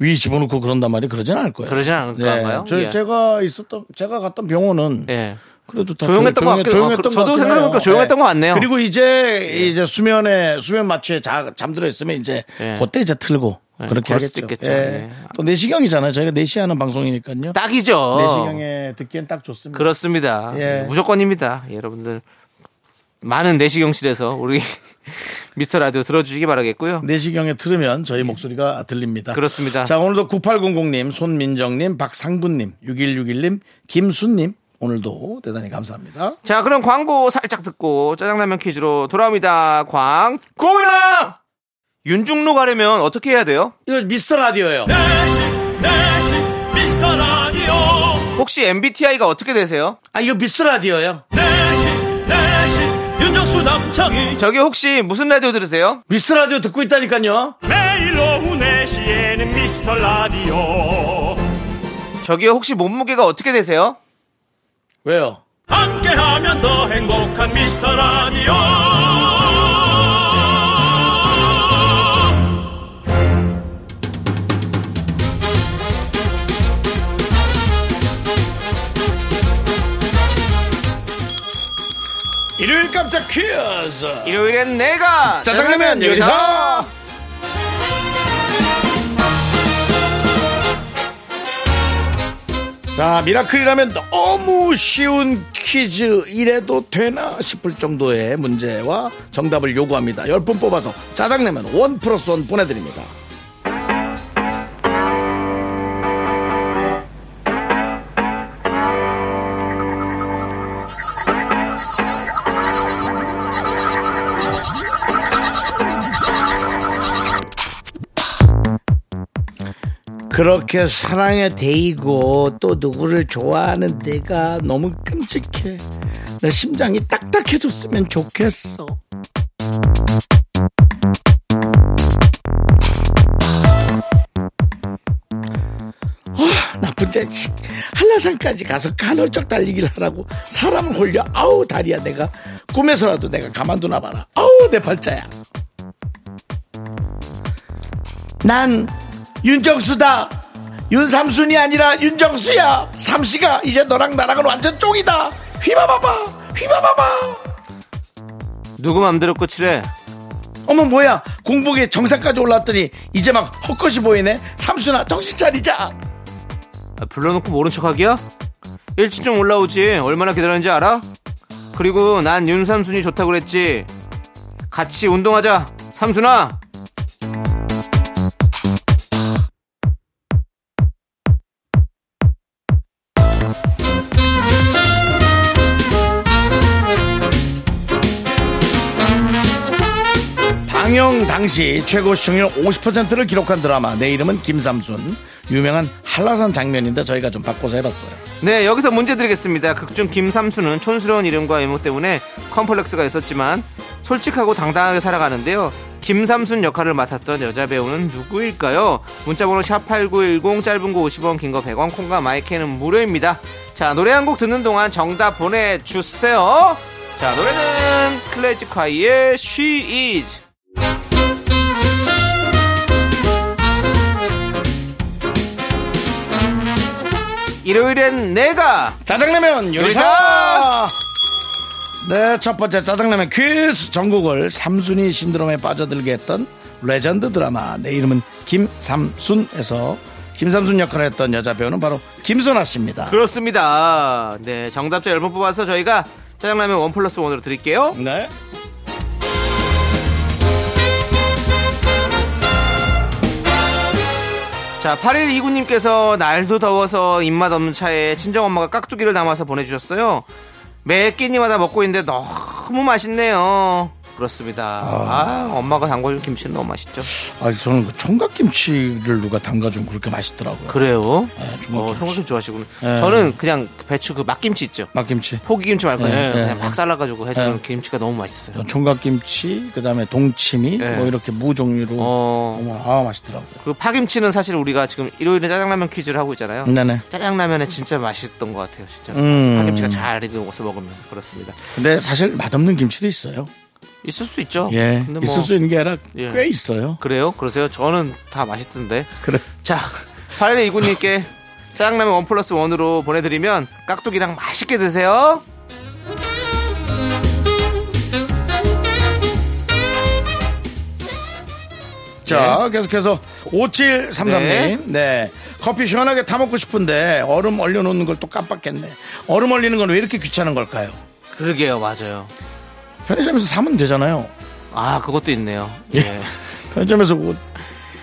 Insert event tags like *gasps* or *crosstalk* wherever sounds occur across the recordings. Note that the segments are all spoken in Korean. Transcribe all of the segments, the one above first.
위 집어넣고 그런단 말이 그러진 않을 거예요. 네. 그러진 않을 건가요? 저, 예. 제가 있었던 제가 갔던 병원은 예. 그래도 다 조용했던 조용- 것 같기도 조용했던 하고, 것 저도 같긴 생각해보니까 해요. 조용했던 예. 것 같네요. 그리고 이제 이제 수면에 수면 마취에 자, 잠들어 있으면 이제 예. 그때 이제 틀고 예, 그렇게 그럴 수도 하겠죠. 있겠죠. 예. 또 내시경이잖아요. 저희가 내시하는 방송이니까요. 딱이죠. 어. 내시경에 듣기엔 딱 좋습니다. 그렇습니다. 예. 무조건입니다. 예, 여러분들 많은 내시경실에서 우리 *laughs* 미스터 라디오 들어주시기 바라겠고요. 내시경에 틀으면 저희 목소리가 들립니다. 예. 그렇습니다. 자, 오늘도 9800님, 손민정님, 박상분님, 6161님, 김순님, 오늘도 대단히 감사합니다. 자, 그럼 광고 살짝 듣고 짜장라면 퀴즈로 돌아옵니다. 광, 고민아! 윤중로 가려면 어떻게 해야 돼요? 이거 미스터 라디오예요 내식 내식 미스터라디오 혹시 MBTI가 어떻게 되세요? 아, 이거 미스터 라디오예요 내식 내식 윤정수 박명수 남창희 저기 혹시 무슨 라디오 들으세요? 미스터 라디오 듣고 있다니까요. 매일 오후 4시에는 미스터 라디오 저기 혹시 몸무게가 어떻게 되세요? 왜요? 함께하면 더 행복한 미스터 라디오 일요일 깜짝 퀴즈. 일요일엔 내가 짜장라면 요리사. 자, 미라클이라면 너무 쉬운 퀴즈 이래도 되나 싶을 정도의 문제와 정답을 요구합니다. 10분 뽑아서 짜장라면 원 플러스 원 보내드립니다. 그렇게 사랑에 데이고 또 누구를 좋아하는 내가 너무 끔찍해. 내 심장이 딱딱해졌으면 좋겠어. 아, 나쁜 자식. 한라산까지 가서 간헐적 달리기를 하라고 사람을 홀려. 아우, 다리야, 내가. 꿈에서라도 내가 가만두나 봐라. 아우, 내 팔자야. 난 윤정수다. 윤삼순이 아니라 윤정수야. 삼시가 이제 너랑 나랑은 완전 쫑이다. 휘바바바, 휘바바바. 누구 맘대로 끝이래 어머 뭐야? 공복에 정상까지 올라왔더니 이제 막 헛것이 보이네. 삼순아 정신 차리자. 아, 불러놓고 모른 척하기야? 일찍 좀 올라오지 얼마나 기다렸는지 알아? 그리고 난 윤삼순이 좋다고 그랬지 같이 운동하자 삼순아 방영 당시 최고 시청률 50%를 기록한 드라마 내 이름은 김삼순 유명한 한라산 장면인데 저희가 좀 바꿔서 해봤어요. 네, 여기서 문제 드리겠습니다. 극중 김삼수는 촌스러운 이름과 외모 때문에 컴플렉스가 있었지만 솔직하고 당당하게 살아가는데요. 김삼순 역할을 맡았던 여자 배우는 누구일까요? 문자번호 샵8910 짧은 거 50원 긴 거 100원 콩과 마이크는 무료입니다. 자, 노래 한 곡 듣는 동안 정답 보내주세요. 자, 노래는 클래지콰이의 She Is 일요일엔 내가 짜장라면 요리사! 네, 첫 번째 짜장라면 퀴즈 전국을 삼순이 신드롬에 빠져들게 했던 레전드 드라마 내 이름은 김삼순에서 김삼순 역할을 했던 여자 배우는 바로 김선아 씨입니다. 그렇습니다. 네, 정답자 10번 뽑아서 저희가 짜장라면 원 플러스 원으로 드릴게요. 네. 자, 8일 2구님께서 날도 더워서 입맛 없는 차에 친정엄마가 깍두기를 담아서 보내주셨어요. 매 끼니마다 먹고 있는데 너무 맛있네요. 그렇습니다. 아, 엄마가 담궈준 김치는 너무 맛있죠. 아, 저는 그 총각김치를 누가 담가주면 그렇게 맛있더라고요. 그래요? 네, 총각김치. 어, 송각김치 좋아하시군요. 네. 저는 그냥 배추 그 막김치 있죠. 막김치. 포기김치 말고 네, 그냥, 네, 그냥 네. 막 잘라가지고 해주는 네. 김치가 너무 맛있어요. 총각김치, 그 다음에 동치미, 네. 뭐 이렇게 무 종류로. 어. 어머, 아, 맛있더라고요. 그 파김치는 사실 우리가 지금 일요일에 짜장라면 퀴즈를 하고 있잖아요. 네네. 짜장라면에 진짜 맛있던 것 같아요, 진짜. 음. 파김치가 잘 익어서 먹으면 그렇습니다. 근데 사실 맛없는 김치도 있어요. 있을 수 있죠. 예. 근데 뭐 있을 수 있는 게 아니라 예. 꽤 있어요. 그래요? 그러세요? 저는 다 맛있던데. 그래. 자, 8일 *laughs* 이구님께 짜장라면 원 플러스 원으로 보내드리면 깍두기랑 맛있게 드세요. 자, 계속해서 5733님. 네. 네. 커피 시원하게 타먹고 싶은데 얼음 얼려놓는 걸 또 깜빡했네. 얼음 얼리는 건 왜 이렇게 귀찮은 걸까요? 그러게요, 맞아요. 편의점에서 사면 되잖아요. 아, 그것도 있네요. 예. 뭐 예. 편의점에서 그거,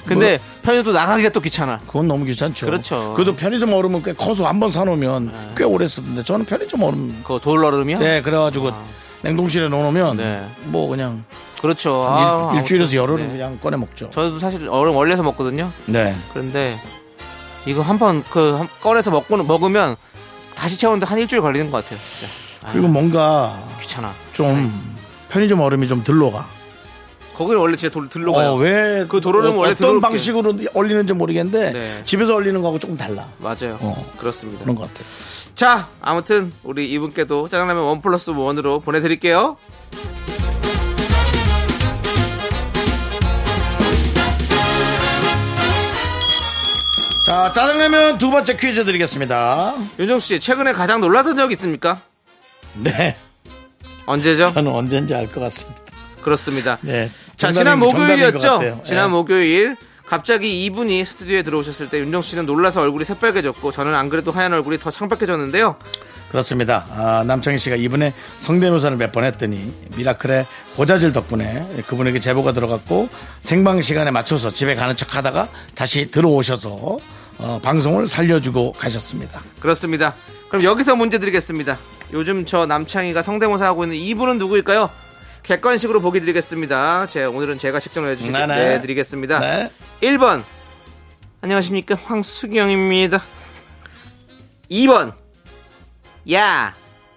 근데 편의점 나가기가 또 귀찮아. 그건 너무 귀찮죠. 그렇죠. 네. 그래도 편의점 얼음은 꽤 커서 한 번 사놓으면 꽤 오래 쓰던데 저는 편의점 얼음. 그거 돌얼음이요? 네, 그래가지고 냉동실에 넣어놓으면 아. 네. 뭐 그냥 그렇죠. 일, 일주일에서 아무튼, 열흘은 네. 그냥 꺼내 먹죠. 저도 사실 얼음 원래서 먹거든요. 네. 그런데 이거 한 번 그 꺼내서 먹고 먹으면 다시 채우는데 한 일주일 걸리는 것 같아요, 네. 진짜. 그리고 뭔가 귀찮아. 좀 편의점 얼음이 좀 들러가. 거기는 원래 진짜 돌, 들로 가요. 어, 왜? 그 도로는 어, 원래 어떤 들어올게. 방식으로 얼리는지 모르겠는데 네. 집에서 얼리는 거하고 조금 달라. 맞아요. 어. 그렇습니다. 그런 것 같아. 자, 아무튼 우리 이분께도 짜장라면 원 플러스 원으로 보내드릴게요. 자, 짜장라면 두 번째 퀴즈 드리겠습니다. *laughs* 윤정수 씨, 최근에 가장 놀랐던 적 있습니까? 네. 언제죠? 저는 언젠지 알 것 같습니다. 그렇습니다. 네. 자, 정답인- 지난 정답인 것 같아요. 목요일이었죠? 예. 지난 목요일. 갑자기 이분이 스튜디오에 들어오셨을 때 윤정수 씨는 놀라서 얼굴이 새빨개졌고 저는 안 그래도 하얀 얼굴이 더 창백해졌는데요. 그렇습니다. 아, 남창희 씨가 이분의 성대묘사를 몇 번 했더니 미라클의 고자질 덕분에 그분에게 제보가 들어갔고 생방 시간에 맞춰서 집에 가는 척 하다가 다시 들어오셔서 어, 방송을 살려주고 가셨습니다. 그렇습니다. 그럼 여기서 문제 드리겠습니다. 요즘 저 남창희가 성대모사 하고 있는 이분은 누구일까요? 객관식으로 보기 드리겠습니다. 제 오늘은 제가 식정을 해주시고 네네. 네, 드리겠습니다. 네. 1번 안녕하십니까 황수경입니다. 2번 야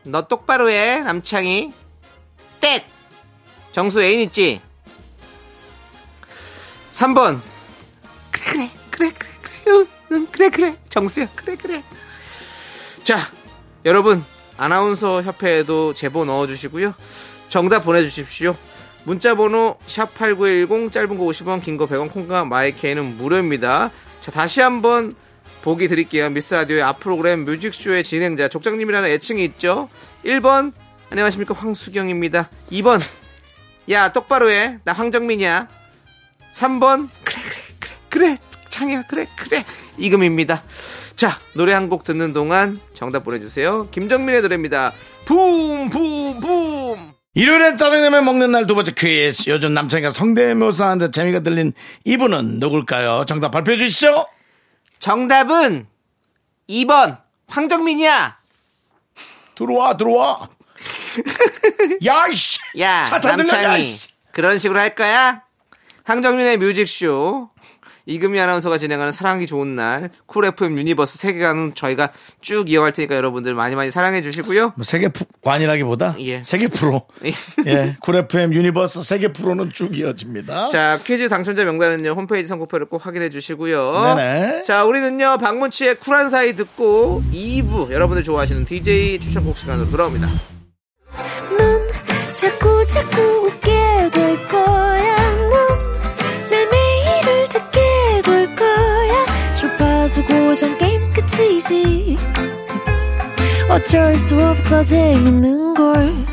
너 똑바로 해 남창희 땡 정수 애인 있지? 3번 그래 그래 그래 그래 그래 응, 응, 그래 그래 정수야 그래 그래 자 여러분 아나운서 협회에도 제보 넣어주시고요 정답 보내주십시오 문자번호 샵8910 짧은 거 50원 긴 거 100원 콩과 마이케이는 무료입니다 자 다시 한번 보기 드릴게요 미스터라디오의 앞 프로그램 뮤직쇼의 진행자 족장님이라는 애칭이 있죠 1번 안녕하십니까 황수경입니다 2번 야 똑바로 해나 황정민이야 3번 그래 그래 그래 그래 창이야 그래 그래 이금입니다 자 노래 한 곡 듣는 동안 정답 보내주세요 김정민의 노래입니다 붐붐붐 일요일엔 짜장라면 먹는 날 두 번째 퀴즈. 요즘 남창희가 성대묘사하는데 재미가 들린 이분은 누굴까요? 정답 발표해 주시죠. 정답은 2번 황정민이야 들어와, *laughs* 들어와. 야, 이씨. 야 차 타들라, 야, 남창이 이씨. 그런 식으로 할 거야 황정민의 뮤직쇼 이금희 아나운서가 진행하는 사랑하기 좋은 날쿨 FM 유니버스 세계관은 저희가 쭉 이어갈 테니까 여러분들 많이 많이 사랑해 주시고요 뭐 세계 프- 관이라기보다 예. 세계 프로. 예. *laughs* 예. 쿨 FM 유니버스 세계 프로는 쭉 이어집니다. 자 퀴즈 당첨자 명단은요 홈페이지 선곡표를 꼭 확인해 주시고요. 네네. 자 우리는요 박문치의 쿨한 사이 듣고 2부 여러분들 좋아하시는 DJ 추천곡 시간으로 돌아옵니다. 넌 자꾸 자꾸 웃게 될 거야. 넌내 매일을 듣게 될 거야. 주파수 고정 게임 끝이지. 어쩔 수 없어 재밌는 걸.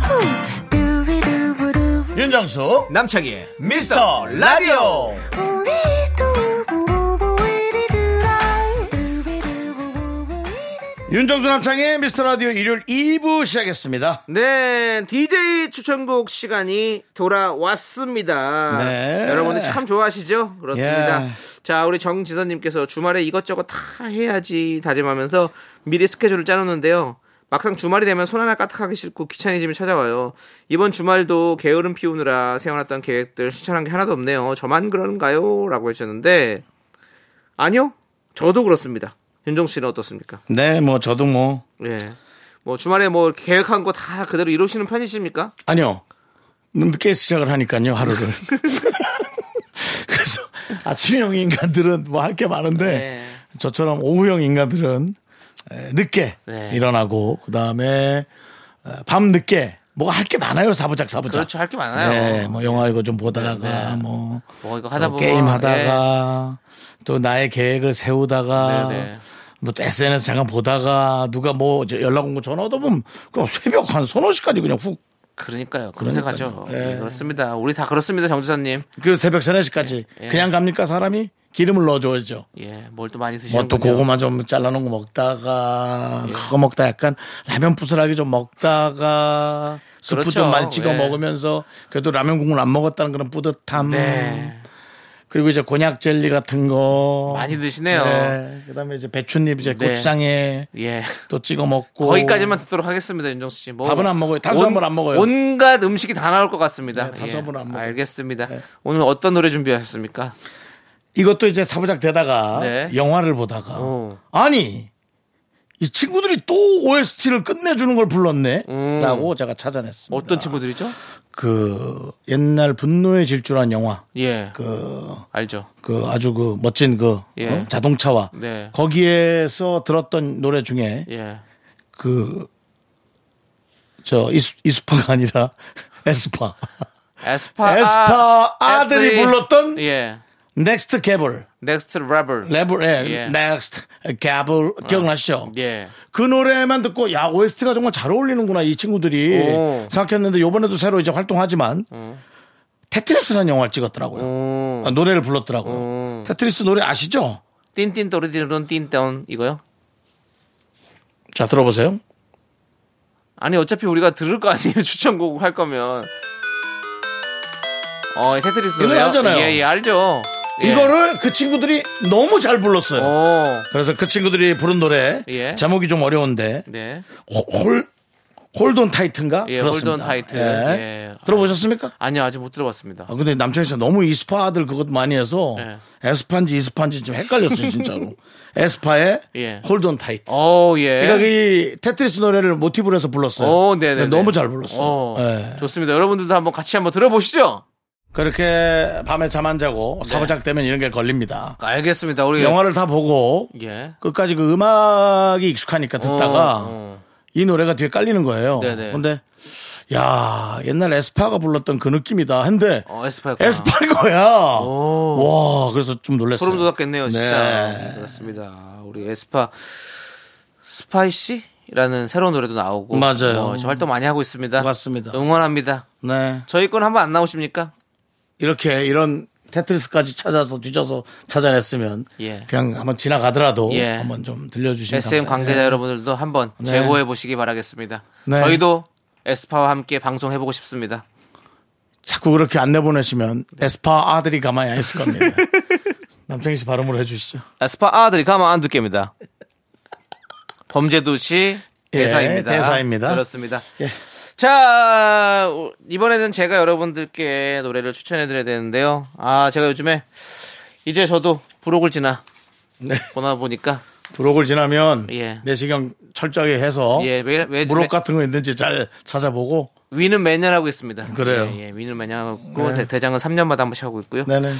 후. 두비두부두. 윤정수 남창희의 미스터 라디오. 우리 두부부부 우리들아. 두비두부부부 우리들아. 윤정수 남창의 미스터 라디오 일요일 2부 시작했습니다. 네 DJ 추천곡 시간이 돌아왔습니다. 네. 여러분들 참 좋아하시죠? 그렇습니다. 예. 자 우리 정지선님께서 주말에 이것저것 다 해야지 다짐하면서 미리 스케줄을 짜놓는데요. 막상 주말이 되면 손 하나 까딱하기 싫고 귀차니즘이 찾아와요. 이번 주말도 게으름 피우느라 세워놨던 계획들 실천한 게 하나도 없네요. 저만 그런가요? 라고 해주셨는데 아니요. 저도 그렇습니다. 윤종 씨는 어떻습니까? 네, 뭐 저도 뭐 예. 뭐 주말에 뭐 이렇게 계획한 거 다 그대로 이루시는 편이십니까? 아니요. 늦게 시작을 하니까요, 하루를. *laughs* 그래서 아침형 인간들은 뭐 할 게 많은데 네. 저처럼 오후형 인간들은 에, 늦게 네. 일어나고 그다음에 어, 밤 늦게 뭐가 할 게 많아요, 사부작 사부작. 그렇죠, 할게 많아요. 네, 뭐 영화 이거 좀 보다가 뭐, 뭐 이거 하다 또 보면, 예. 게임 하다가 또 나의 계획을 세우다가 네, 네. 뭐 또 SNS 잠깐 보다가 누가 뭐 이제 연락 온 거 전화 얻어보면 그럼 새벽 한 서너 시까지 그냥 훅 그러니까요. 검색하죠. 그러니까요. 예. 네, 그렇습니다. 우리 다 그렇습니다, 정지선님. 그 새벽 3, 4시까지 그냥 갑니까 사람이? 기름을 넣어줘야죠. 예, 뭘 또 많이 예. 드시는 뭐 또 고구마 좀 잘라놓은 거 먹다가 그거 먹다 약간 라면 부스러기 좀 먹다가 수프 그렇죠. 좀 많이 찍어 예. 먹으면서 그래도 라면 국물 안 먹었다는 그런 뿌듯함 네, 그리고 이제 곤약 젤리 같은 거 많이 드시네요. 네. 그다음에 이제 배춧잎 이제 네. 고추장에 예. 또 찍어 먹고 거기까지만 듣도록 하겠습니다, 윤정수 씨. 뭐 밥은 안 먹어요. 탄수화물 안 먹어요. 온갖 음식이 다 나올 것 같습니다. 예. 네, 탄수화물은 안 먹어요. 네. 알겠습니다. 오늘 어떤 노래 준비하셨습니까? 이것도 이제 사부작 되다가 네. 영화를 보다가 오. 아니 이 친구들이 또 OST를 끝내주는 걸 불렀네. 음. 라고 제가 찾아냈습니다. 어떤 친구들이죠? 그 옛날 분노의 질주란 영화. 예. 그, 알죠. 그 아주 그 멋진 그 예. 어? 자동차와 네. 거기에서 들었던 노래 중에 예. 그 저 이스파가 아니라 *laughs* 에스파. 에스파. 아, 에스파 아들이 불렀던? 예. 넥스트 개볼. 넥스트 랩을. 레블 예. 어. 예. 넥스트 개볼 기억나시죠? 예. 그 노래만 듣고 야 OST가 정말 잘 어울리는구나 이 친구들이 오. 어. 생각했는데 요번에도 새로 이제 활동하지만 테트리스라는 영화를 찍었더라고요. 오. 아, 노래를 불렀더라고요. 오. 테트리스 노래 아시죠? 띵띵 또르디론 띵돈 이거요? 자 들어보세요. 아니 어차피 우리가 들을 거 아니에요 *laughs* 추천곡 할 거면 어 테트리스 이 노래 노래요? 알잖아요. 예, 예, 알죠 예. 이거를 그 친구들이 너무 잘 불렀어요. 오, 그래서 그 친구들이 부른 노래 예. 제목이 좀 어려운데 네. 호- 홀 홀돈 타이트인가? 예, 그렇습니다. 홀돈 타이트. 예. 예. 들어보셨습니까? 아니요 아직 못 들어봤습니다 아, 근데 남창희 씨 너무 이스파 아들 그것 많이 해서 예. 에스파인지 이스파인지 좀 헷갈렸어요 *laughs* 진짜로. 에스파의 예. 홀돈 타이트. 어, 오예 그러니까 이 테트리스 노래를 모티브로 해서 불렀어요. 오, 네네. 너무 잘 불렀어요. 예. 좋습니다. 여러분들도 한번 같이 한번 들어보시죠. 그렇게 밤에 잠 안 자고 네. 사고작 되면 이런 게 걸립니다. 알겠습니다. 우리 영화를 다 보고 예. 끝까지 그 음악이 익숙하니까 듣다가 어, 어. 이 노래가 뒤에 깔리는 거예요. 네네. 근데 야 옛날 에스파가 불렀던 그 느낌이다. 근데 어, 에스파였구나. 에스파인 거야. 와 그래서 좀 놀랐어요. 소름 돋았겠네요, 진짜. 네. 그렇습니다. 우리 에스파 스파이시? 라는 새로운 노래도 나오고 맞아요. 어, 지금 활동 많이 하고 있습니다. 맞습니다. 응원합니다. 네 저희 건 한번 안 나오십니까? 이렇게 이런 테트리스까지 찾아서 뒤져서 찾아냈으면 예. 그냥 한번 지나가더라도 예. 한번 좀 들려주시면 예. SM 관계자 여러분들도 한번 네. 제보해 보시기 바라겠습니다. 네. 저희도 에스파와 함께 방송해 보고 싶습니다. 자꾸 그렇게 안 내보내시면 에스파 아들이 가만히 안 있을 *laughs* 겁니다. 남창희 씨 발음으로 해주시죠. 에스파 아들이 가만 안 두께입니다. 범죄도시 예, 대사입니다. 대사입니다. 예. 그렇습니다. 자 우- 이번에는 제가 여러분들께 노래를 추천해드려야 되는데요. 아 제가 요즘에 이제 저도 부록을 지나 네. 보나 보니까 부록을 지나면 예. 내시경 철저하게 해서 예 매, 매, 무릎 매- 같은 거 있는지 잘 찾아보고 위는 매년 하고 있습니다. 그래요. 네. 예, 예, 위는 매년 하고 대, 장은 3년마다 한 번씩 하고 있고요. 네네.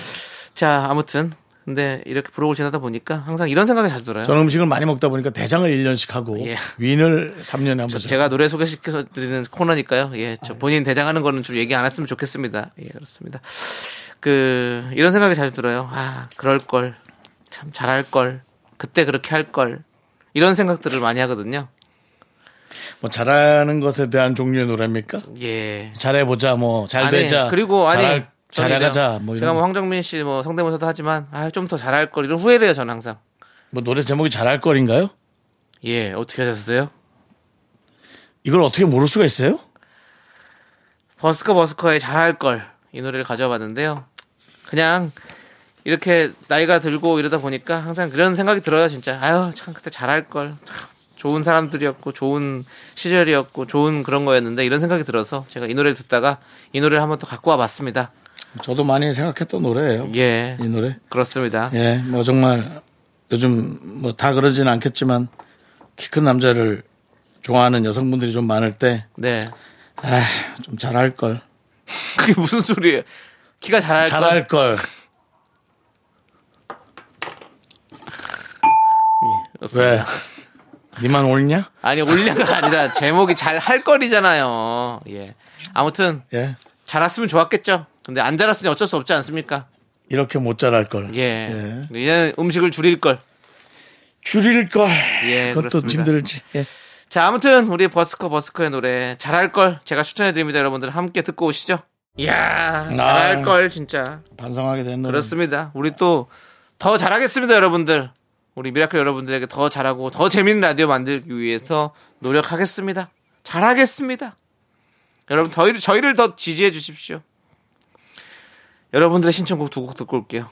자 아무튼 근데 이렇게 부록을 지나다 보니까 항상 이런 생각이 자주 들어요. 저는 음식을 많이 먹다 보니까 대장을 1년씩 하고 예. 윈을 3년에 한 저- 번씩. 제가 노래 소개시켜 드리는 코너니까요. 예, 저 본인 대장하는 거는 좀 얘기 안 했으면 좋겠습니다. 예, 그렇습니다. 그 이런 생각이 자주 들어요. 아, 그럴 걸. 참 잘할 걸. 그때 그렇게 할 걸. 이런 생각들을 많이 하거든요. 뭐 잘하는 것에 대한 종류의 노래입니까? 예. 잘해보자, 뭐 잘 되자. 그리고 아니 잘할- 저는 잘해가자. 이래요. 뭐 제가 이런 뭐 황정민 씨 뭐 성대모사도 하지만 아, 좀 더 잘할 걸 이런 후회를 해요, 저는 항상. 뭐 노래 제목이 잘할 거인가요? 예, 어떻게 하셨어요? 이걸 어떻게 모를 수가 있어요? 버스커 버스커의 잘할 걸 이 노래를 가져봤는데요. 그냥 이렇게 나이가 들고 이러다 보니까 항상 그런 생각이 들어요, 진짜. 아유, 참 그때 잘할 걸. 참 좋은 사람들이었고 좋은 시절이었고 좋은 그런 거였는데 이런 생각이 들어서 제가 이 노래를 듣다가 이 노래를 한번 또 갖고 와봤습니다. 저도 많이 생각했던 노래예요. 예, 이 노래. 그렇습니다. 예, 뭐 정말 요즘 뭐 다 그러진 않겠지만 키 큰 남자를 좋아하는 여성분들이 좀 많을 때 좀 네, 잘할 걸. 그게 무슨 소리예요? 키가 잘할 걸. 잘할 걸. 그렇습니다. 왜? 니만 옳냐? 아니 올려가 아니라 제목이 잘할 걸이잖아요. 예, 아무튼 예. 잘했으면 좋았겠죠. 근데 안 잘했으니 어쩔 수 없지 않습니까? 이렇게 못 잘할 걸. 예. 이제는 음식을 줄일 걸. 줄일 걸. 예, 그것도 그렇습니다. 힘들지. 예. 자, 아무튼 우리 버스커 버스커의 노래 잘할 걸 제가 추천해 드립니다. 여러분들 함께 듣고 오시죠. 이야, 잘할 걸 진짜. 반성하게 된 노래. 그렇습니다. 우리 또 더 잘하겠습니다, 여러분들. 우리 미라클 여러분들에게 더 잘하고 더 재밌는 라디오 만들기 위해서 노력하겠습니다. 잘하겠습니다. 여러분 저희를 저희를 더 지지해 주십시오. 여러분들의 신청곡 두 곡 듣고 올게요.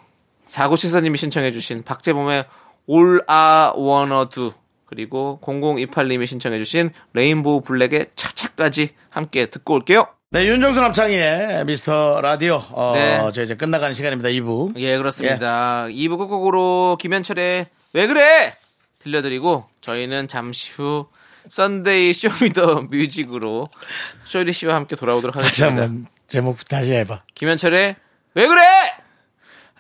사고 시사님이 신청해 주신 박재범의 All I Wanna Do 그리고 0028님이 신청해 주신 레인보우 블랙의 차차까지 함께 듣고 올게요. 네, 윤정수 남창희의 미스터 라디오. 어, 네. 저 이제 끝나가는 시간입니다. 2부. 예, 그렇습니다. 2부 끝곡으로 김현철의 왜 그래? 들려드리고 저희는 잠시 후 썬데이 쇼미더 뮤직으로 쇼리 씨와 함께 돌아오도록 다시 하겠습니다. 한번 제목 다시 해봐. 김현철의 왜 그래?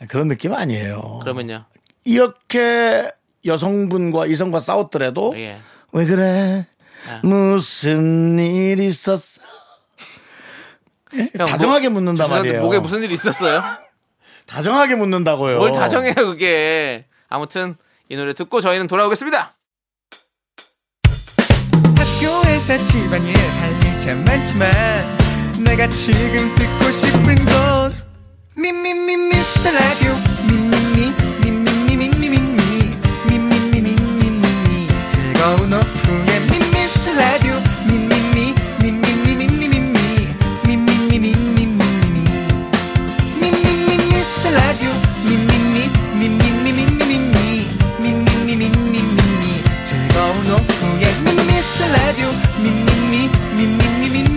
그런 느낌 아니에요. 그러면요. 이렇게 여성분과 이성과 싸웠더라도 예. 아. 왜 그래? 무슨 일 있었어? 예, 형, 다정하게 목- 묻는단 뭐 죄송한데 말이에요. 어. 목에 무슨 일이 있었어요? 다정하게 묻는다고요. 뭘 다정해요 그게. 아무튼 이 노래 듣고 저희는 돌아오겠습니다. 학교에서 집안일 할 일 참 많지만 내가 지금 듣고 싶은 건 미미미 미스터 라디오 미미미 미미미 미미미 미미미 미미미 즐거운 오후에 미스터 라디오 미미미 미미미 미미미 미미미 미미미 미미미 미스터 라디오 미미미 미미미 미미미 미미미 미미미 즐거운 오후에 미스터 라디오 미미미 미미미 미미미 미미미 미미미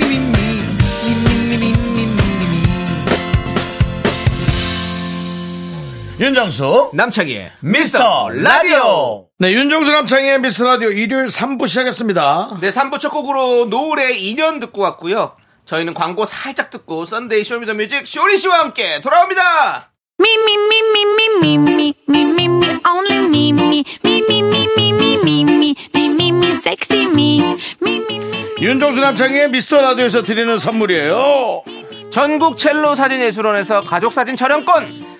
윤정수 남창희의 미스터 라디오. 네, 윤정수 남창의 미스터 라디오 일요일 3부 시작했습니다. 네, 3부 첫 곡으로 노을의 인연 듣고 왔고요. 저희는 광고 살짝 듣고 썬데이 쇼미더뮤직 쇼리 씨와 함께 돌아옵니다. Me, me, me, me, me, me, me, me, me, me, only me, me, me, me, me, me, me, me, me, me, me, me, sexy me, me, me, me. 윤정수 남창의 미스터 라디오에서 드리는 선물이에요. 전국 첼로 사진예술원에서 가족사진 촬영권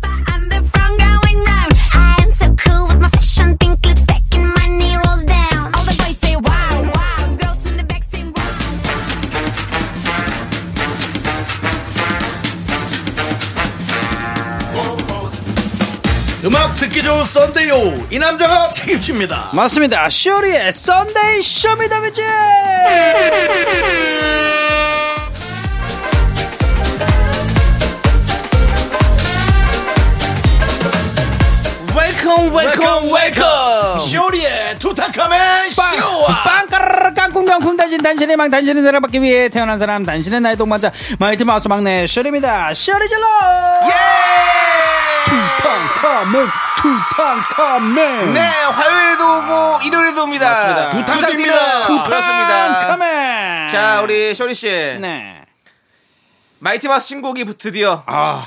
front going round. I am so cool with my fashion pink lipstick and my knee rolls down. All the boys say wow, wow. Girls in the back say wow. 음악 듣기 좋은 썬데이오 이 남자가 책임집니다. 맞습니다. 쇼리의 썬데이 쇼미더뮤직! 웰컴 웰컴 아. 웰컴 쇼리의 투타카멘 쇼와 빵까르르 깡꿍 명품 단신 단신의 망 단신의 사랑받기 위해 태어난 사람 단신의 나의 동반자 마이티 마우스 막내 쇼리입니다. 쇼리 질러! 예! 탕카멘 투탕카멘 네, 화요일에도 오고 일요일에도 옵니다. 맞습니다. 부탁드립니다. 그렇습니다. 탕카멘 자, 우리 쇼리 씨. 네 마이티마스 신곡이 드디어 아.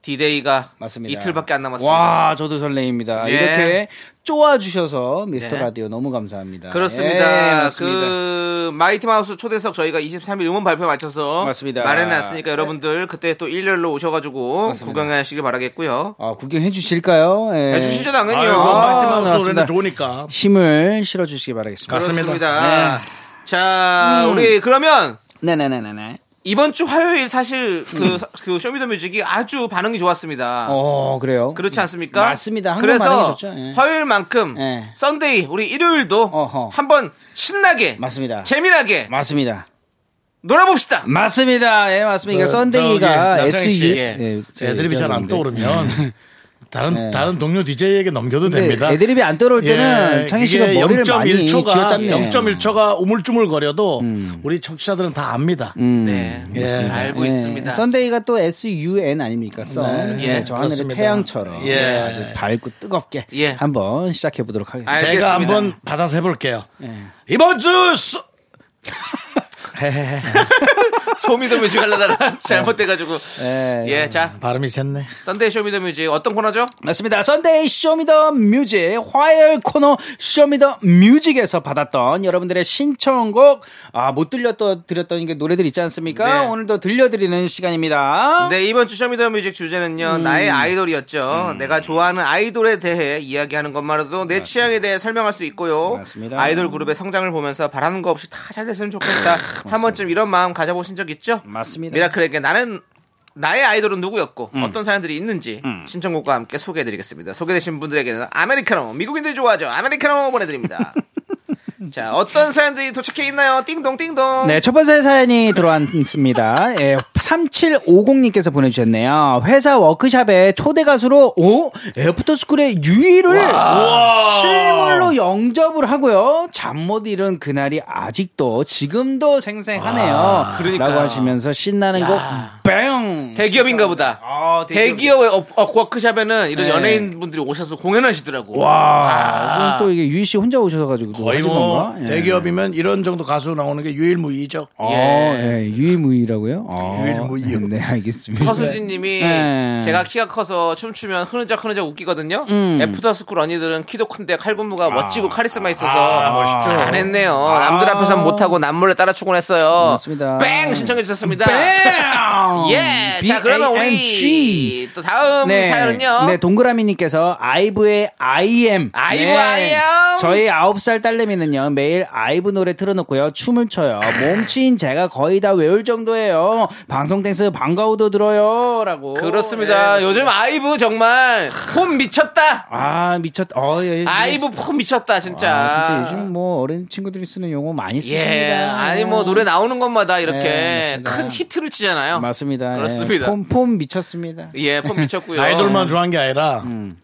디데이가 맞습니다. 이틀밖에 안 남았습니다. 와, 저도 설레입니다. 예. 이렇게 쪼아주셔서 미스터 네. 라디오 너무 감사합니다. 예, 그렇습니다. 맞습니다. 그 마이티 마우스 초대석 저희가 23일 음원 발표 맞춰서 맞습니다. 네. 마련해놨으니까 여러분들 그때 또 일렬로 오셔가지고 구경하시길 바라겠고요. 아, 구경해 주실까요? 예. 해주시죠 당연히요. 아이고 마이티마우스 아, 노래는 맞습니다. 좋으니까 힘을 실어 주시기 바라겠습니다. 네. 음. 맞습니다. 그렇습니다. 자, 우리 그러면 네네네네네. 이번 주 화요일 사실 그, 그 쇼미더뮤직이 아주 반응이 좋았습니다. 음. 어, 그래요. 그렇지 않습니까? 맞습니다. 한국 그래서 반응이셨죠? 예. 화요일만큼 예. 썬데이 우리 일요일도 어허. 한번 신나게 맞습니다. 재미나게 맞습니다. 놀아봅시다. 맞습니다. 예, 맞습니다. 이게 썬데이가 그, 저기, 남창희 SE. 씨. 예, 제가 애드립이 잘 안 얘기하는데. *laughs* 떠오르면 다른 네. 다른 동료 DJ에게 넘겨도 근데 됩니다. 네, 애드립이 안 떠올 때는 예, 창희 씨가 이게 머리를 많이 0.1 초가, 쥐어짰네. 0.1초가 우물쭈물거려도 음. 우리 청취자들은 다 압니다. 네, 예. 알고 예, 있습니다. 썬데이가 또 SUN 아닙니까? 썬. 예, 예, 저 하늘의 네, 그렇습니다. 태양처럼 예. 아주 밝고 뜨겁게 예. 한번 시작해 보도록 하겠습니다. 알- 알겠습니다. 제가 한번 받아서 해볼게요. 예. 이번 주 수... 소미더뮤직 *laughs* 하려다가 잘못돼가지고 예. 예, 자 발음이 샜네. 썬데이 쇼미더뮤직 어떤 코너죠? 맞습니다. 썬데이 쇼미더 뮤직 화요일 코너 쇼미더 뮤직에서 받았던 여러분들의 신청곡 아, 못 들렸던 드렸던 게 노래들 있지 않습니까? 네. 오늘도 들려드리는 시간입니다. 네 이번 주 쇼미더뮤직 주제는요 나의 아이돌이었죠. 내가 좋아하는 아이돌에 대해 이야기하는 것만으로도 내 취향에 대해 설명할 수 있고요. 맞습니다. 아이돌 그룹의 성장을 보면서 바라는 거 없이 다 잘 됐으면 좋겠다. 한 번쯤 이런 마음 가져보신 적 있죠? 맞습니다. 미라클에게 나는 나의 아이돌은 누구였고 어떤 사연들이 있는지 신청곡과 함께 소개해드리겠습니다. 소개되신 분들에게는 아메리카노 미국인들이 좋아하죠. 아메리카노 보내드립니다. 자, 어떤 사연들이 도착해 있나요? 띵동 띵동. 네, 첫 번째 사연이 들어왔습니다. 예, 3750님께서 보내주셨네요. 회사 워크샵에 초대 가수로, 오? 애프터스쿨의 유이를 실물로 영접을 하고요. 잠 못 이룬 그날이 아직도 지금도 생생하네요. 아, 그러니까요. 라고 하시면서 신나는 곡, 뱅! 대기업인가 보다. 아, 대기업 의 워크샵에는 이런 네. 연예인분들이 오셔서 공연하시더라고. 아. 와, 아, 그럼 또 이게 유이 씨 혼자 오셔서 가지고 거의 하신 뭐 건가? 예. 대기업이면 이런 정도 가수 나오는 게 유일무이죠. 어, 예, 유이무이라고요? 어, 유일무이요. *laughs* 네, 알겠습니다. 서수진님이 네. 제가 키가 커서 춤추면 흐느적 흐느적 웃기거든요. 음. 애프터스쿨 언니들은 키도 큰데 칼군무가 멋지고 카리스마 있어서 잘했네요. 아. 남들 앞에서 못하고 남몰래 따라 추곤했어요. 맞습니다. 뺑 신청해 주셨습니다. *laughs* 뱅! 예. 자 그러면 B.A.N.G. 우리 또 다음 사연은요. 네, 동그라미님께서 아이브의 I am. 아이브 네. I am. 저희 아홉 살 딸내미는요, 매일 아이브 노래 틀어놓고요, 춤을 춰요. 몸치인 제가 거의 다 외울 정도예요. 방송 댄스 반가우도 들어요. 라고. 그렇습니다. 네. 요즘 아이브 정말 폼 미쳤다. 아, 미쳤, 어, 예, 예. 아이브 폼 미쳤다 진짜. 아, 진짜 요즘 뭐 어린 친구들이 쓰는 용어 많이 쓰십니다. 예. 아니 뭐 노래 나오는 것마다 이렇게 네, 맞습니다. 큰 히트를 치잖아요. 맞습니다. 예. 그렇습니다. 폼, 폼 미쳤습니다. 예, 폼 미쳤고요. 아이돌만 좋아한 게 아니라 음.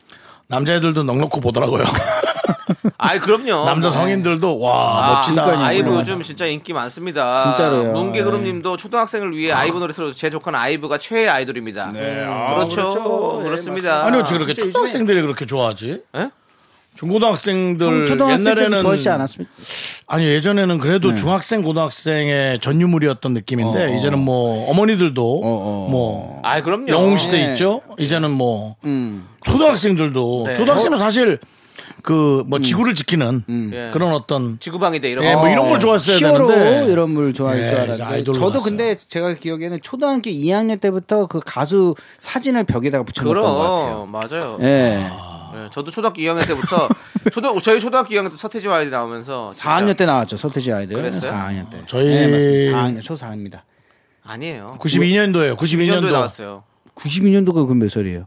남자애들도 넉넉히 *laughs* 보더라고요. 어. 아이 그럼요. 남자 성인들도 와 아, 멋지다. 그러니까요. 아이브 훌륭하다. 요즘 진짜 인기 많습니다. 진짜로요. 문개그룹님도 초등학생을 위해 아이브 노래 틀어서 제 조카는 아이브가 최애 아이돌입니다. 그렇죠. 그렇습니다 아니 어떻게 그렇게 초등학생들이 그렇게 좋아하지? 예? 그 중고등학생들 초등학생 때는 옛날에는 좋아하지 않았습니까? 아니 예전에는 그래도 네. 중학생 고등학생의 전유물이었던 어, 느낌인데 이제는 뭐 어머니들도 뭐 아, 그럼요. 영웅 시대 있죠. 이제는 뭐 네. 음. 초등학생들도 네. 초등학생은 사실 그 음. 뭐 지구를 지키는 예. 그런 어떤 지구방위대 이런 네, 예, 거. 뭐 이런 걸 좋아했어야 히어로 되는데 이런 물 좋아해서 예, 줄 이제 알았는데 아이돌로 저도 갔어요. 근데 제가 기억에는 초등학교 2학년 때부터 그 가수 사진을 벽에다가 붙여놓던 것 같아요. 그럼 맞아요. 예. 예, 저도 초등학교 2학년 때부터 초등 저희 초등학교 2학년 때 서태지 와이드 나오면서 진짜- 4학년 때 나왔죠 서태지 아이들. 그랬어요? 4학년 때. 저희- 네, 맞습니다. 4학년 초4입니다. 아니에요. 92년도예요. 92년도에 92년도. 나왔어요. 92년도가 그 몇 살이에요?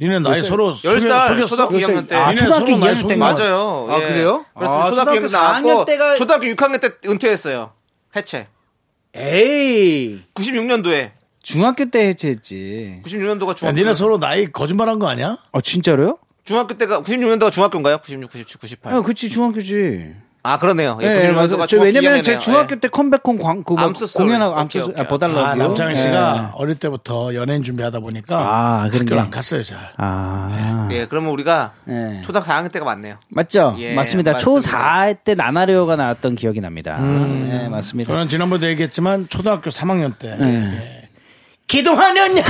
니네 나이 서로 열 살, 속였- 초등학교 속였어. 이학년 때. 아 니네 초등학교 서로 많이 2학년 속인 때 거 맞아요. 예. 아, 그래요? 그렇습니다. 아, 초등학교, 초등학교 4학년 4학년 때가- 때가 초등학교 6학년 때 은퇴했어요. 해체. 에이 96년도에 중학교 때 해체했지. 96년도가 야, 중학교. 니네 서로 나이 거짓말한 거 아니야? 아 진짜로요? 중학교 때가 96년도가 중학교인가요? 96, 97, 98. 아 그치 중학교지. 아 그러네요. 예, 예, 96년도가 맞아요. 저 중학교 왜냐면 2학년이네요. 예. 제 중학교 때 컴백홈 광, 그 I'm so sorry. 공연하고 오케이, 암수 오케이. 아, 보달라고. 아, 남창희 씨가 어릴 때부터 연예인 준비하다 보니까 네. 아, 그런 게. 학교를 안 갔어요, 잘. 아, 예. 예, 그러면 우리가 예. 초등학교 4학년 때가 맞네요. 맞죠? 예, 맞습니다. 맞습니다. 초4 때 나나리오가 나왔던 기억이 납니다. 음. 네, 맞습니다. 저는 지난번에 얘기했지만 초등학교 3학년 때 예. 기도하는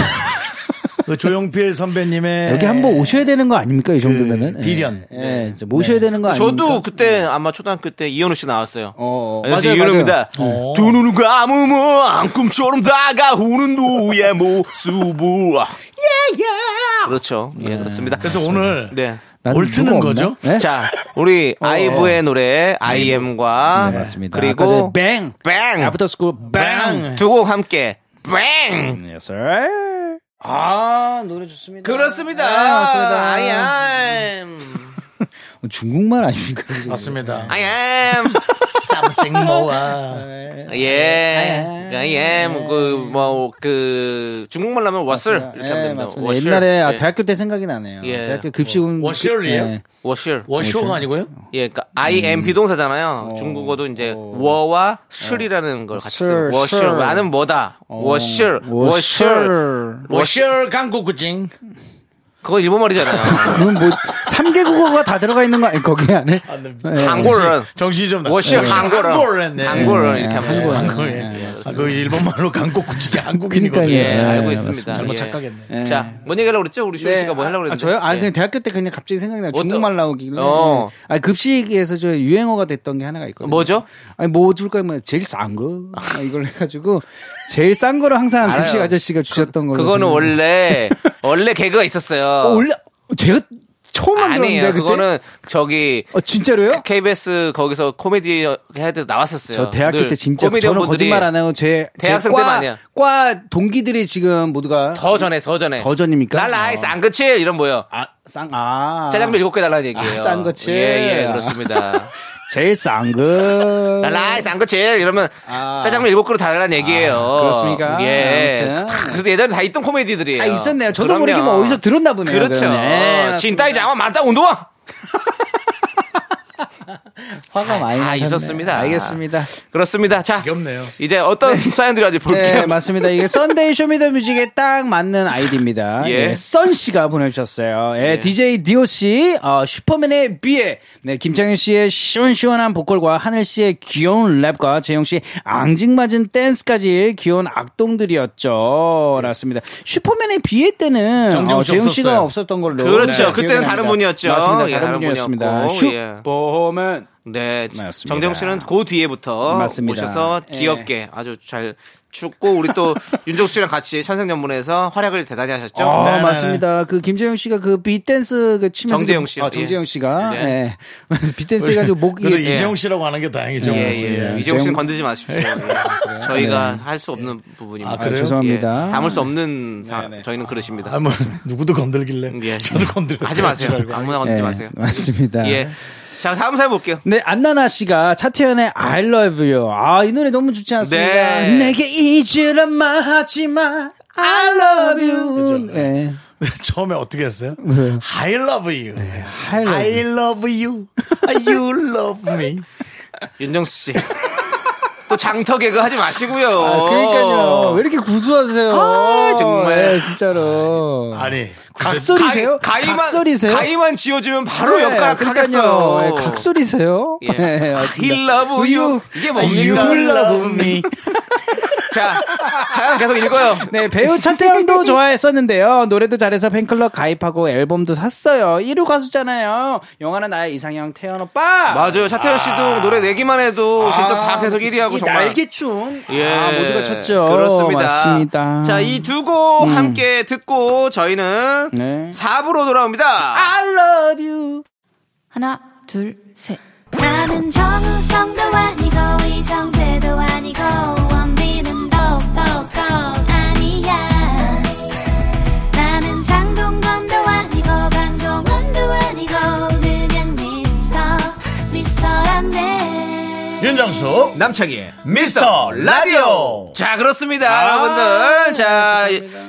그 조용필 선배님의 여기 한번 오셔야 되는 거 아닙니까? 이 정도면은. 그 비련. 예, 예, 이제 모셔야 되는 거 아닙니까? 네. 저도 그때 아마 초등학교 때 이현우 씨 나왔어요. 어, 어. 안녕하세요 맞아요, 이현우입니다. 어. 두 눈을 감으면 안꿈처럼 다가오는 너의 *laughs* 모습을 예, 그렇죠. 예, 그렇습니다. 그래서 오늘 네. 나는 뭘 누가 트는 없나? 거죠? 음. 네? 어. 자, 우리 아이브의 노래 IM과 네, 맞습니다. 그리고 아까 전에 뱅. 뱅! 애프터 스쿨 뱅. 두 곡 함께 뱅! Yes, sir. 아, 노래 좋습니다. 그렇습니다. 네, 맞습니다. I am. 어, 중국말 아닙니까? 맞습니다. I *laughs* am. 쌈생 모아. 예. I am. 그, 뭐, 그, 중국말로 하면 워슬. 이렇게 예, 하면 됩니다. 맞습니다. 워슬. 옛날에 아, 예. 대학교 때 생각이 나네요. 예. 대학교 급식 온 워셜이에요? 예. 워슬. 워쇼가 아니고요? 예, 그러니까 I am 비동사잖아요. 중국어도 어. 이제 워와 슐이라는 걸 같이 쓰고 슐, 슐. 워슐. 나는 뭐다. 어. 워슐. 워슐. 워셜. 워쇼 강국구징. 그거 일본 *laughs* 말이잖아요. 그건 뭐 3개국어가 다 들어가 있는 거 아니 거기 안에? 한골은 네. 정신이 좀 나. 워쇼 네. 한골은. 한골은. 네. 한골은 이렇게 예, 하면 한골은. 한골. 아, 그 일본말로 강국구징이 한국인이거든요. 네. 그러니까요. 예, 예, 알고 예, 있습니다. 잘못 예. 착각했네. 예. 자, 뭔 얘기 하려고 그랬죠? 우리 쇼 씨가 뭐 하려고 아, 그랬는데. 저요? 아, 예. 그냥 대학교 때 그냥 갑자기 생각이 나. 어떤- 중국말 나오길래. 어. 아, 급식에서 저 유행어가 됐던 게 하나가 있거든요. 뭐죠? 아니, 뭐 줄까? 뭐, 제일 싼 거? 아, 이걸 해가지고, 제일 싼 거를 항상 알아요. 급식 아저씨가 주셨던 거예요. 그거는 원래 원래 개그가 있었어요. 어, 원래, 제가 처음 만들었는데, 아니에요. 그때? 그거는 저기 어, 진짜로요? KBS 거기서 코미디 해야 돼서 나왔었어요. 저 대학교 늘 때 진짜 저는 코미디언분들이 거짓말 안 하고 제 대학생 제 과- 때만 아니야. 과 동기들이 지금 모두가 더 전에 더 전에 더 전입니까? 어, 날 아이스 안 그칠 이런 뭐요. 쌍아 짜장면 일곱 개 달라는 얘기예요. 아, 싼 거칠. *laughs* 예예 그렇습니다. 제일 싼 거. 라이 쌍꺼칠 이러면 아. 짜장면 일곱 그릇 달라는 얘기예요. 그렇습니까? 예. 아무튼. 다- 그래도 예전에 다 있던 코미디들이에요. 아, 있었네요. 저도 그럼요. 모르게 뭐 어디서 들었나 보네요. 그렇죠. 그러면. 예, 맞습니다. 진따이 장어 맞다 운동화. 화가 아, 많이 아, 다 나셨네요. 있었습니다. 알겠습니다. 그렇습니다. 자, 지겹네요. 이제 어떤 사연들이 아직 볼게요. 네, 맞습니다. 이게 썬데이 쇼미더뮤직에 딱 맞는 아이디입니다. 예. 예. 썬 씨가 보내주셨어요. 예, DJ 디오 씨, 어, 슈퍼맨의 비에, 네, 김창현 씨의 시원시원한 보컬과 하늘 씨의 귀여운 랩과 재영 씨의 앙증맞은 댄스까지 귀여운 악동들이었죠. 맞습니다. 슈퍼맨의 비에 때는 정재훈 어, 씨 재영 씨가 없었어요. 없었던 걸로. 그렇죠. 네, 그때는 기억이 다른 납니다. 분이었죠. 맞습니다. 예, 다른, 다른 분이었습니다. 분이었고, 예. 슈퍼맨. 네, 주- 맞습니다. 정재욱 씨는 그 뒤에부터 맞습니다. 오셔서 예. 귀엽게 아주 잘 춥고 우리 *laughs* 또 윤종 씨랑 같이 천생연분에서 활약을 대단히 하셨죠. 어, 네네네. 맞습니다. 그 김재영 씨가 그 비댄스 그 치면서 정재영 그- 씨요. 아, 정재영 예. 씨가 네. 예. *laughs* 비댄스 해가지고 목 그래도 이게 이재용 씨라고 하는 게 다행이죠. 예, 그래서, 예. 예. 이재욱 씨는 정- 건드지 마십시오. 예. 저희가 네. 할 수 없는 부분입니다. 아, 그래요? 죄송합니다. 예. 담을 수 없는 음. 사, 저희는 그릇입니다. 아, 뭐, 누구도 건들길래. 예. 저도 건드려. *laughs* 하지 마세요. 아무나 건드지 예, 마세요. 맞습니다. 예. 자, 다음 사연 볼게요. 네, 안나나 씨가 차태현의 I love you. 아, 이 노래 너무 좋지 않습니까? 네. 내게 잊으란 말 하지 마. I love you. 그죠? 네. *laughs* 처음에 어떻게 했어요? 왜요? I love you. I love 네. I love you. 아, you love me. 윤정수 씨. *laughs* 또 장터 개그 하지 마시고요. 아, 그러니까요. 왜 이렇게 구수하세요? 아, 정말. 예, *laughs* 진짜로. 아니, 각설이- 소리세요? 가위만 각설이세요? 가위만 지어주면 바로 역가락 예, 하겠어요. 그러니까요. 네, 예, 각소리세요? *laughs* 예. I love you. 이게 아, 아, you 뭡니까? love me. 자, 사연 계속 읽어요. *laughs* 네, *laughs* 배우 차태현도 좋아했었는데요. 노래도 잘해서 팬클럽 가입하고 앨범도 샀어요. 1호 가수잖아요. 영화는 나의 이상형 태연 오빠. 맞아요. 차태현 씨도 노래 내기만 해도 진짜 다 계속 1위하고 아, 이 정말. 날개춤. 예. 아, 모두가 쳤죠. 그렇습니다. 맞습니다. 음. 자, 이 두 곡 함께 듣고 저희는 네. 4부로 돌아옵니다. I love you. 하나, 둘, 셋. 나는 정우성도 아니고 이정재도 아니고 원빈은 더욱더 아니야 나는 장동건도 아니고 강동원도 아니고 그냥 미스터 미스터란데 *laughs* 윤정수, 남창희의 미스터 라디오. 자 그렇습니다 아, 여러분들 자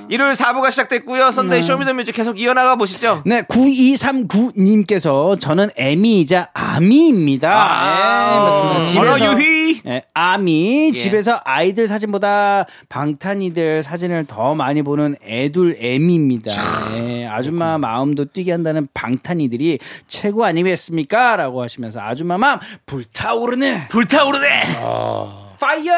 일요일 4부가 시작됐고요 선데이 쇼미더뮤직 계속 이어나가 보시죠 네, 9239님께서 저는 애미이자 아미입니다. 네, 맞습니다. 집에서- 아, 언어 유희 예, 아미 집에서 아이들 사진보다 방탄이들 사진을 더 많이 보는 애둘 애미입니다. 예, 아줌마 마음도 뛰게 한다는 방탄이들이 최고 아니겠습니까?라고 하시면서 아줌마 마음 불타오르네. 음. 불타오르네 파이어.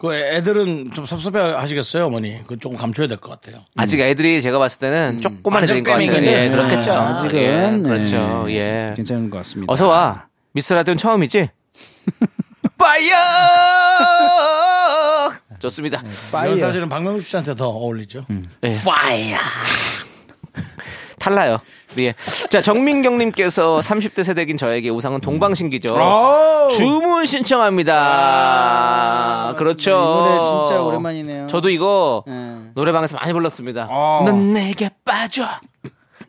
그 애들은 좀 섭섭해 하시겠어요, 어머니? 그 조금 감춰야 될 것 같아요. 아직 애들이 제가 봤을 음. 때는 조그만 애들인 것 같아요 완전 예 뺨이긴 그렇겠죠 네, 아직은 예, 그렇죠 네, 예 괜찮은 것 같습니다. 어서 와 미스 라디오는 *laughs* 처음이지 파이어 좋습니다 네. 이런 사진은 박명수 씨한테 더 어울리죠. 네. *laughs* 탈라요. 예. 자, 정민경님께서 30대 세대긴 저에게 우상은 동방신기죠. 주문 신청합니다. 그렇죠. 아, 이 노래 진짜 오랜만이네요. 아. 저도 이거 예. 노래방에서 많이 불렀습니다. 넌 내게 빠져.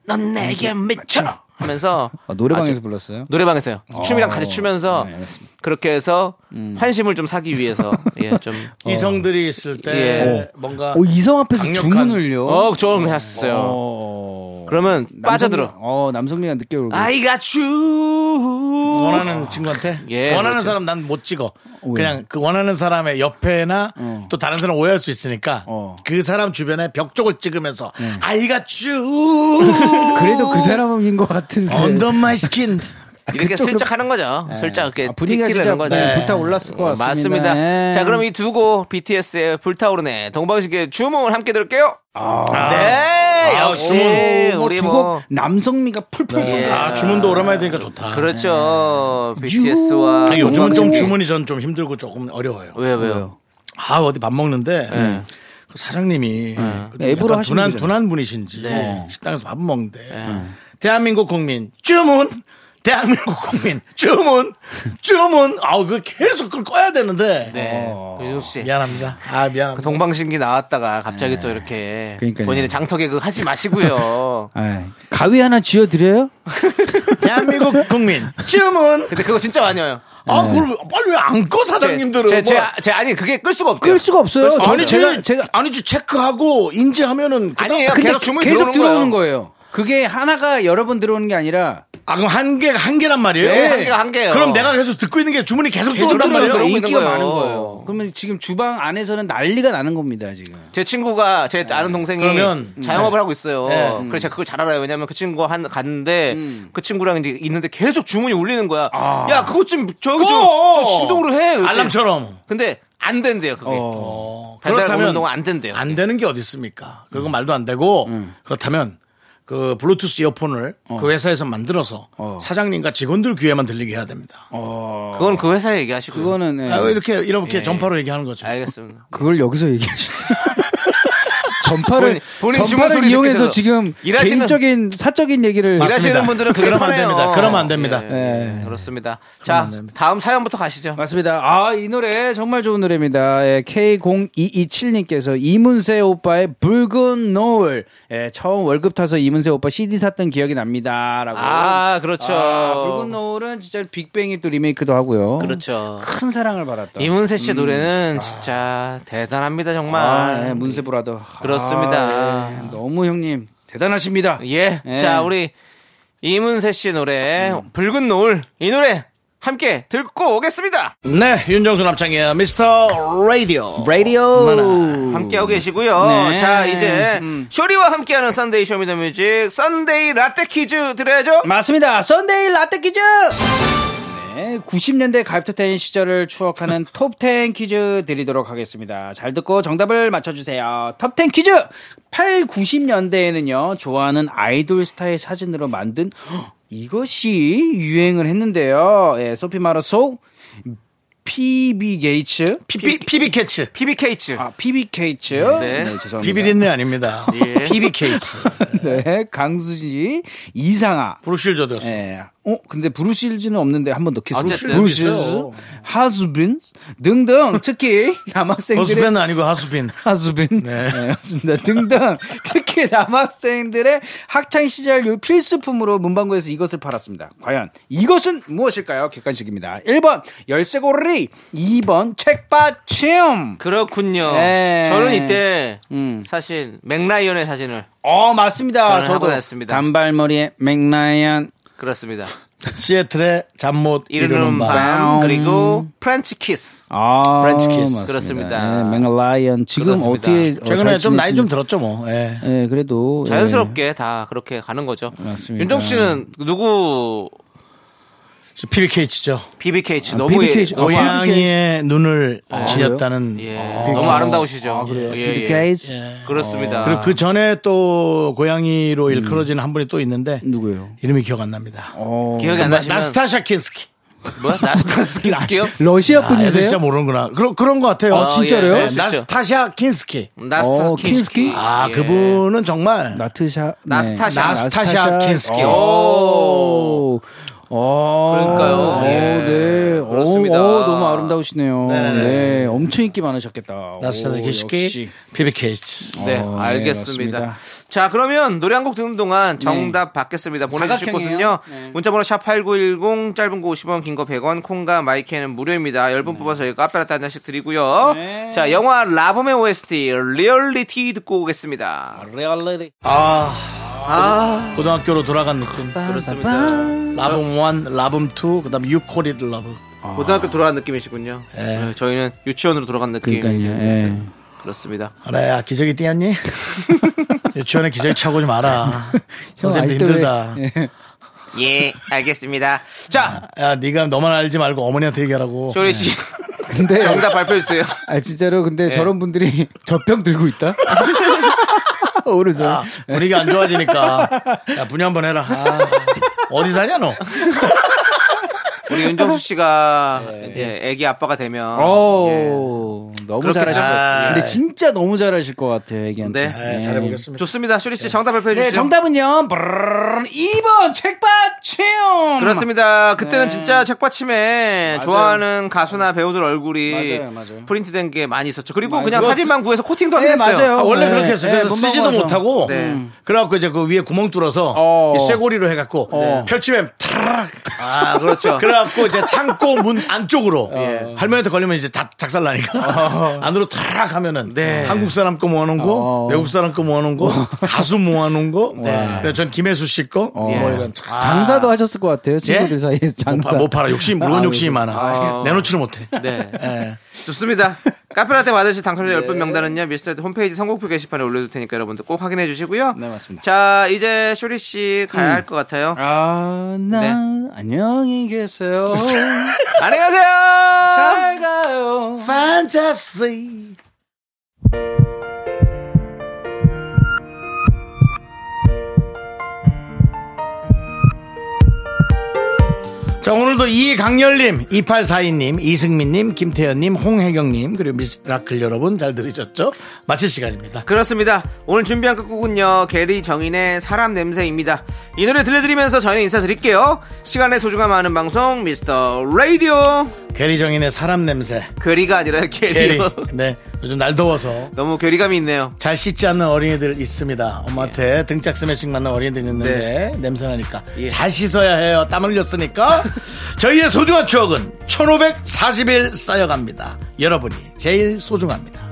넌 내게 미쳐. 하면서 아, 노래방에서 아주- 불렀어요. 노래방에서요. 춤이랑 같이 추면서 네, 알겠습니다. 음. 그렇게 해서 환심을 좀 사기 위해서 예, *laughs* 좀 이성들이 있을 때 예. 뭔가 어, 이성 앞에서 강력한- 주문을요. 어, 좀 했었어요. 어. 그러면 빠져들어. 아, 어, 남성미가 늦게 오고. I got you. 원하는 친구한테 예, 원하는 그렇죠. 사람 난 못 찍어. 그냥 그 원하는 사람의 옆에나 또 다른 사람 오해할 수 있으니까 어. 그 사람 주변에 벽 쪽을 찍으면서 아이가 쭉 어. 그래도 그 사람인 것 같은데. 어, 언더 마이 스킨 이렇게 아, 그쪽으로- 슬쩍 하는 거죠. 슬쩍 이렇게 아, 분위기가 틱틱 진짜 내는 거죠. 예. 어, 네, 불타올랐을 것 같습니다. 맞습니다. 예. 자, 그럼 이 두 곡 BTS의 불타오르네 동방신기의 주문 함께 들을게요. 아. 네, 역시 뭐 우리 두곡 뭐 남성미가 풀풀. 예. 아 주문도 오랜만에 되니까 좋다. 그렇죠. 네. BTS와 아니, 요즘은 좀 주문이 전 좀 힘들고 조금 어려워요. 왜요 왜요? 아 어디 밥 먹는데 그 사장님이 좀 앱으로 약간 하시는 둔한 거잖아요. 둔한 분이신지 식당에서 밥을 먹는데 대한민국 국민 주문 대한민국 국민 주문 주문 아우 그 계속 그걸 꺼야 되는데 네. 어. 윤수 씨. 미안합니다 아 그 *laughs* 미안합니다 동방신기 나왔다가 갑자기 또 이렇게 네. 그러니까요. 본인의 장터 개그 하지 *laughs* 마시고요. 아, 가위 하나 쥐어드려요? 대한민국 국민 주문 근데 그거 진짜 많이 와요. 아 그걸 왜- 빨리 왜 안 꺼 사장님들은 제, 제, 뭐. 제, 아니, 그게 끌 수가 없대요. 끌 수가 없어요. 끌 수가 저는 없어요. 제가 제가 아니지 체크하고 인지하면은 그다음- 아니에요. 근데 계속 주문이 계속 들어오는 들어오는 거예요. 거예요. 그게 하나가 여러 번 들어오는 게 아니라 아 그럼 한 개 한 개란 말이에요 네, 한 개가 한 개예요. 그럼 내가 계속 듣고 있는 게 주문이 계속 계속 들어오란 들어오는 말이에요 거예요. 인기가 거예요. 많은 거예요. 그러면 지금 주방 안에서는 난리가 나는 겁니다 지금. 제 친구가 제 아는 동생이 네. 그러면- 자영업을 하고 있어요. 네. 그래서 제가 그걸 잘 알아요. 왜냐면 그 친구가 한 갔는데 음. 그 친구랑 이제 있는데 계속 주문이 울리는 거야. 아. 야, 아, 그것 좀 저기 좀, 꺼! 좀 진동으로 해. 그랬더니. 알람처럼 어. 근데 안 된대요, 그게. 어. 그렇다면 그렇다면 어. 아. 오는 동안 안 된대요. 음. 안 되는 게 어디 있습니까? 그건 말도 안 되고 그렇다면 그 블루투스 이어폰을 그 회사에서 만들어서 사장님과 직원들 귀에만 들리게 해야 됩니다. 그건 그 회사에 얘기하시고. 그거는 네. 아, 왜 이렇게 이렇게 전파로 얘기하는 거죠. 음. 예. 알겠습니다. 그걸 여기서 *laughs* 얘기하시. 전파를 본인- 본인 주문 전파를 소리 이용해서 느껴서. 지금 일하시는- 개인적인 사적인 얘기를 맞습니다. 일하시는 분들은 그게 그러면 안 편해요. 됩니다. 그러면 안 됩니다. 네. 예, 그렇습니다. 자, 안 됩니다. 다음 사연부터 가시죠. 맞습니다. 아, 이 노래 정말 좋은 노래입니다. 예, K0227님께서 이문세 오빠의 붉은 노을. 예, 처음 월급 타서 이문세 오빠 CD 샀던 기억이 납니다. 라고. 아, 그렇죠. 아, 붉은 노을은 진짜 빅뱅이 또 리메이크도 하고요. 그렇죠. 큰 사랑을 받았던. 이문세 음. 씨 노래는 아. 진짜 대단합니다, 정말. 아, 예, 문세 보라도. 그렇습니다. 아, 예, 너무 형님 대단하십니다. 예. 예. 음. 자, 우리 이문세 씨 노래 붉은 노을 이 노래 함께 듣고 오겠습니다. 네, 윤정수 남창의 미스터 라디오. 라디오. 함께하고 계시고요. 음. 네. 자, 이제 음. 쇼리와 함께하는 썬데이 쇼미더뮤직 썬데이 라떼 퀴즈 드려야죠. 맞습니다. 썬데이 라떼 퀴즈! 네, 90년대 가입토텐 시절을 추억하는 톱10 퀴즈 드리도록 하겠습니다. 잘 듣고 정답을 맞춰주세요. 톱10 퀴즈! 8, 90년대에는요, 좋아하는 아이돌 스타의 사진으로 만든 *gasps* 헉, 이것이 유행을 했는데요. 예, 소피 마르소, PB 게이츠, 피비 피비 캐치. PB 케이츠. 아, PB 케이츠. 네. 죄송합니다. 비비린내 아닙니다. *laughs* 예. 피비 케이츠. *laughs* 네, 강수지, 이상아, 브루실저드였어. 예. 어, 근데 브루실즈는 없는데 한 번 넣겠습니다. 그렇죠. 어쨌든. 브루실즈, 하수빈 등등 *laughs* 특히 남학생들의 버스밴 아니고 하수빈. 하수빈 네. 맞습니다. 등등 *laughs* 특히 남학생들의 학창 시절 요 필수품으로 문방구에서 이것을 팔았습니다. 과연 이것은 무엇일까요? 객관식입니다. 1번 열쇠고리, 2번 책받침. 그렇군요. 네. 저는 이때 음. 사실 맥라이언의 사진을 어, 맞습니다. 저는 저도 하고 났습니다. 단발머리에 맥라이언 *laughs* 그렇습니다. 시애틀의 잠 못 이르는 밤, 밤. 그리고 음. 프렌치 키스. 아, 프렌치 키스. 그렇습니다. 네, 맥라이언 지금 그렇습니다. 어떻게 어, 최근에 잘 좀 나이 좀 지내시는지. 들었죠, 뭐. 예. 예, 그래도 예. 자연스럽게 다 그렇게 가는 거죠. 맞습니다. 윤정 씨는 누구 피비 케이츠죠. BBKH 너무 예- BBKH. 너무 아- 고양이의 눈을 지녔다는 예, 아, 비비 너무 케이츠. 아름다우시죠. 그래요. 어. 예, 예. BTS 그렇습니다. 어, 그리고 그 전에 또 고양이로 일컬어지는 한 분이 또 있는데 누구예요? 이름이 기억 안 납니다. 기억이 안 나- 그러니까 나시면 나스타샤 킨스키. 뭐 *laughs* 나스타스키스키요? 러시아 아, 애들 진짜 분이세요? 모르는구나. 그런 그런 것 같아요. 네, 아, 진짜로요? 예, 그럴 수 있죠. 나스타샤 킨스키. 어, 킨스키? 나스타스키스키. 예. 아 그분은 정말 나트샤 네. 어. 나스타샤. 어. 나스타샤 킨스키. 오. 오. 그러니까요. 오, 예. 어. 네. 오, 그렇습니다. 오, 너무 아름다우시네요. 네. 엄청 인기 많으셨겠다. 나스타샤 오, 킨스키, 역시. 피비 케이츠. 네, 어, 알겠습니다. 네, 맞습니다. 네. 자, 그러면 노래 한 곡 듣는 동안 정답 받겠습니다. 보내주실 사각형이에요? 네. 곳은요. 문자번호 샵8910, 짧은 거 50원, 긴 거 100원, 콩과 마이크는 무료입니다. 10분 뽑아서 저희가 카페라떼 한 잔씩 드리고요. 네. 자, 영화 라붐의 OST, 리얼리티 듣고 오겠습니다. 레알리티. 아 아, 고등학교로 돌아간 느낌. 그렇습니다. 라붐 1, 라붐 2, 그다음 유코리드 러브. 고등학교 돌아간 느낌이시군요. 어, 저희는 유치원으로 돌아간 느낌. 네. 그러니까요. 예. 그렇습니다. 아라야 기저귀 *laughs* 띄었니? 유치원에 기저귀 차고 좀 알아. 선생님 아직도 힘들다. 예, 알겠습니다. 아, 자, 예. 야 네가 너만 알지 말고 어머니한테 얘기하라고. 쇼리 씨. *laughs* 근데 정답 예. 발표해주세요. 아 진짜로 근데 저런 분들이 *laughs* 젖병 들고 있다. *laughs* 오른손. 아. 야, 분위기가 안 *laughs* 좋아지니까. 야, 분유 한번 해라. 아, 어디 사냐, 너? 우리 윤정수 네. 씨가 이제 애기 아빠가 되면 예. 오, 어, 너무 그렇게 잘하실 것 잘- 같아요. 근데 진짜 너무 잘하실 것 같아요, 네. 애기한테. 네, 잘해보겠습니다. 좋습니다. 예. 쇼리 씨 정답 발표해 네, 주시죠. 정답은요. 브르르르. 바로는 2번 책받침. 그렇습니다. 그때는 네. 진짜 책받침에 좋아하는 가수나 배우들 얼굴이 맞아요, 맞아요. 프린트된 게 많이 있었죠. 그리고 맞아요. 그냥 그거 사진만 구해서 코팅도 하긴 네, 했어요. 맞아요. 음. 아, 원래 네, 그렇게 했어요. 네, 그래서 못 쓰지도 먹어서. 못하고 네. 그래갖고 이제 그 위에 구멍 뚫어서 어. 이 쇠고리로 해갖고 네. 펼치면 타락 아, 그렇죠. *laughs* 그래갖고 이제 창고 문 안쪽으로 할머니한테 걸리면 이제 작, 살나니까 *laughs* 안으로 탁 하면은 네. 한국 사람 거 모아놓은 거 어. 외국 사람 거 모아놓은 거 가수 모아놓은 거 네. 전 김혜수 씨거뭐 예. 이런 아, 장사도 하셨을 것 같아요. 친구들 사이에서 못, 장사. 파, 못 팔아 욕심 물건 아, 욕심이 많아 아. 내놓지를 못해 네. 예. 좋습니다. 카페라떼 받으실 당첨자 10분 네. 명단은요. 미스터드 홈페이지 선곡표 게시판에 올려둘 테니까 여러분들 꼭 확인해 주시고요. 네, 맞습니다. 자, 이제 쇼리 씨 가야 음. 할 것 같아요. 아, 나 안녕히 계세요. 안녕하세요. 잘 가요. 판타지 자 오늘도 이강렬님 2842님 이승민님 김태현님 홍혜경님 그리고 미라클 여러분 잘 들으셨죠? 마칠 시간입니다 그렇습니다. 오늘 준비한 끝곡은요. 게리 정인의 사람 냄새입니다. 이 노래 들려드리면서 저희는 인사드릴게요. 시간의 소중함 아는 방송 미스터 라디오. 괴리정인의 사람 냄새 괴리가 아니라 괴리 *laughs* 게리요. 네 요즘 날 더워서 너무 괴리감이 있네요. 잘 씻지 않는 어린이들 있습니다. 엄마한테 등짝 스매싱 맞는 어린이들 있는데 냄새나니까 예. 잘 씻어야 해요. 땀 흘렸으니까 저희의 소중한 추억은 1540일 쌓여갑니다. 여러분이 제일 소중합니다.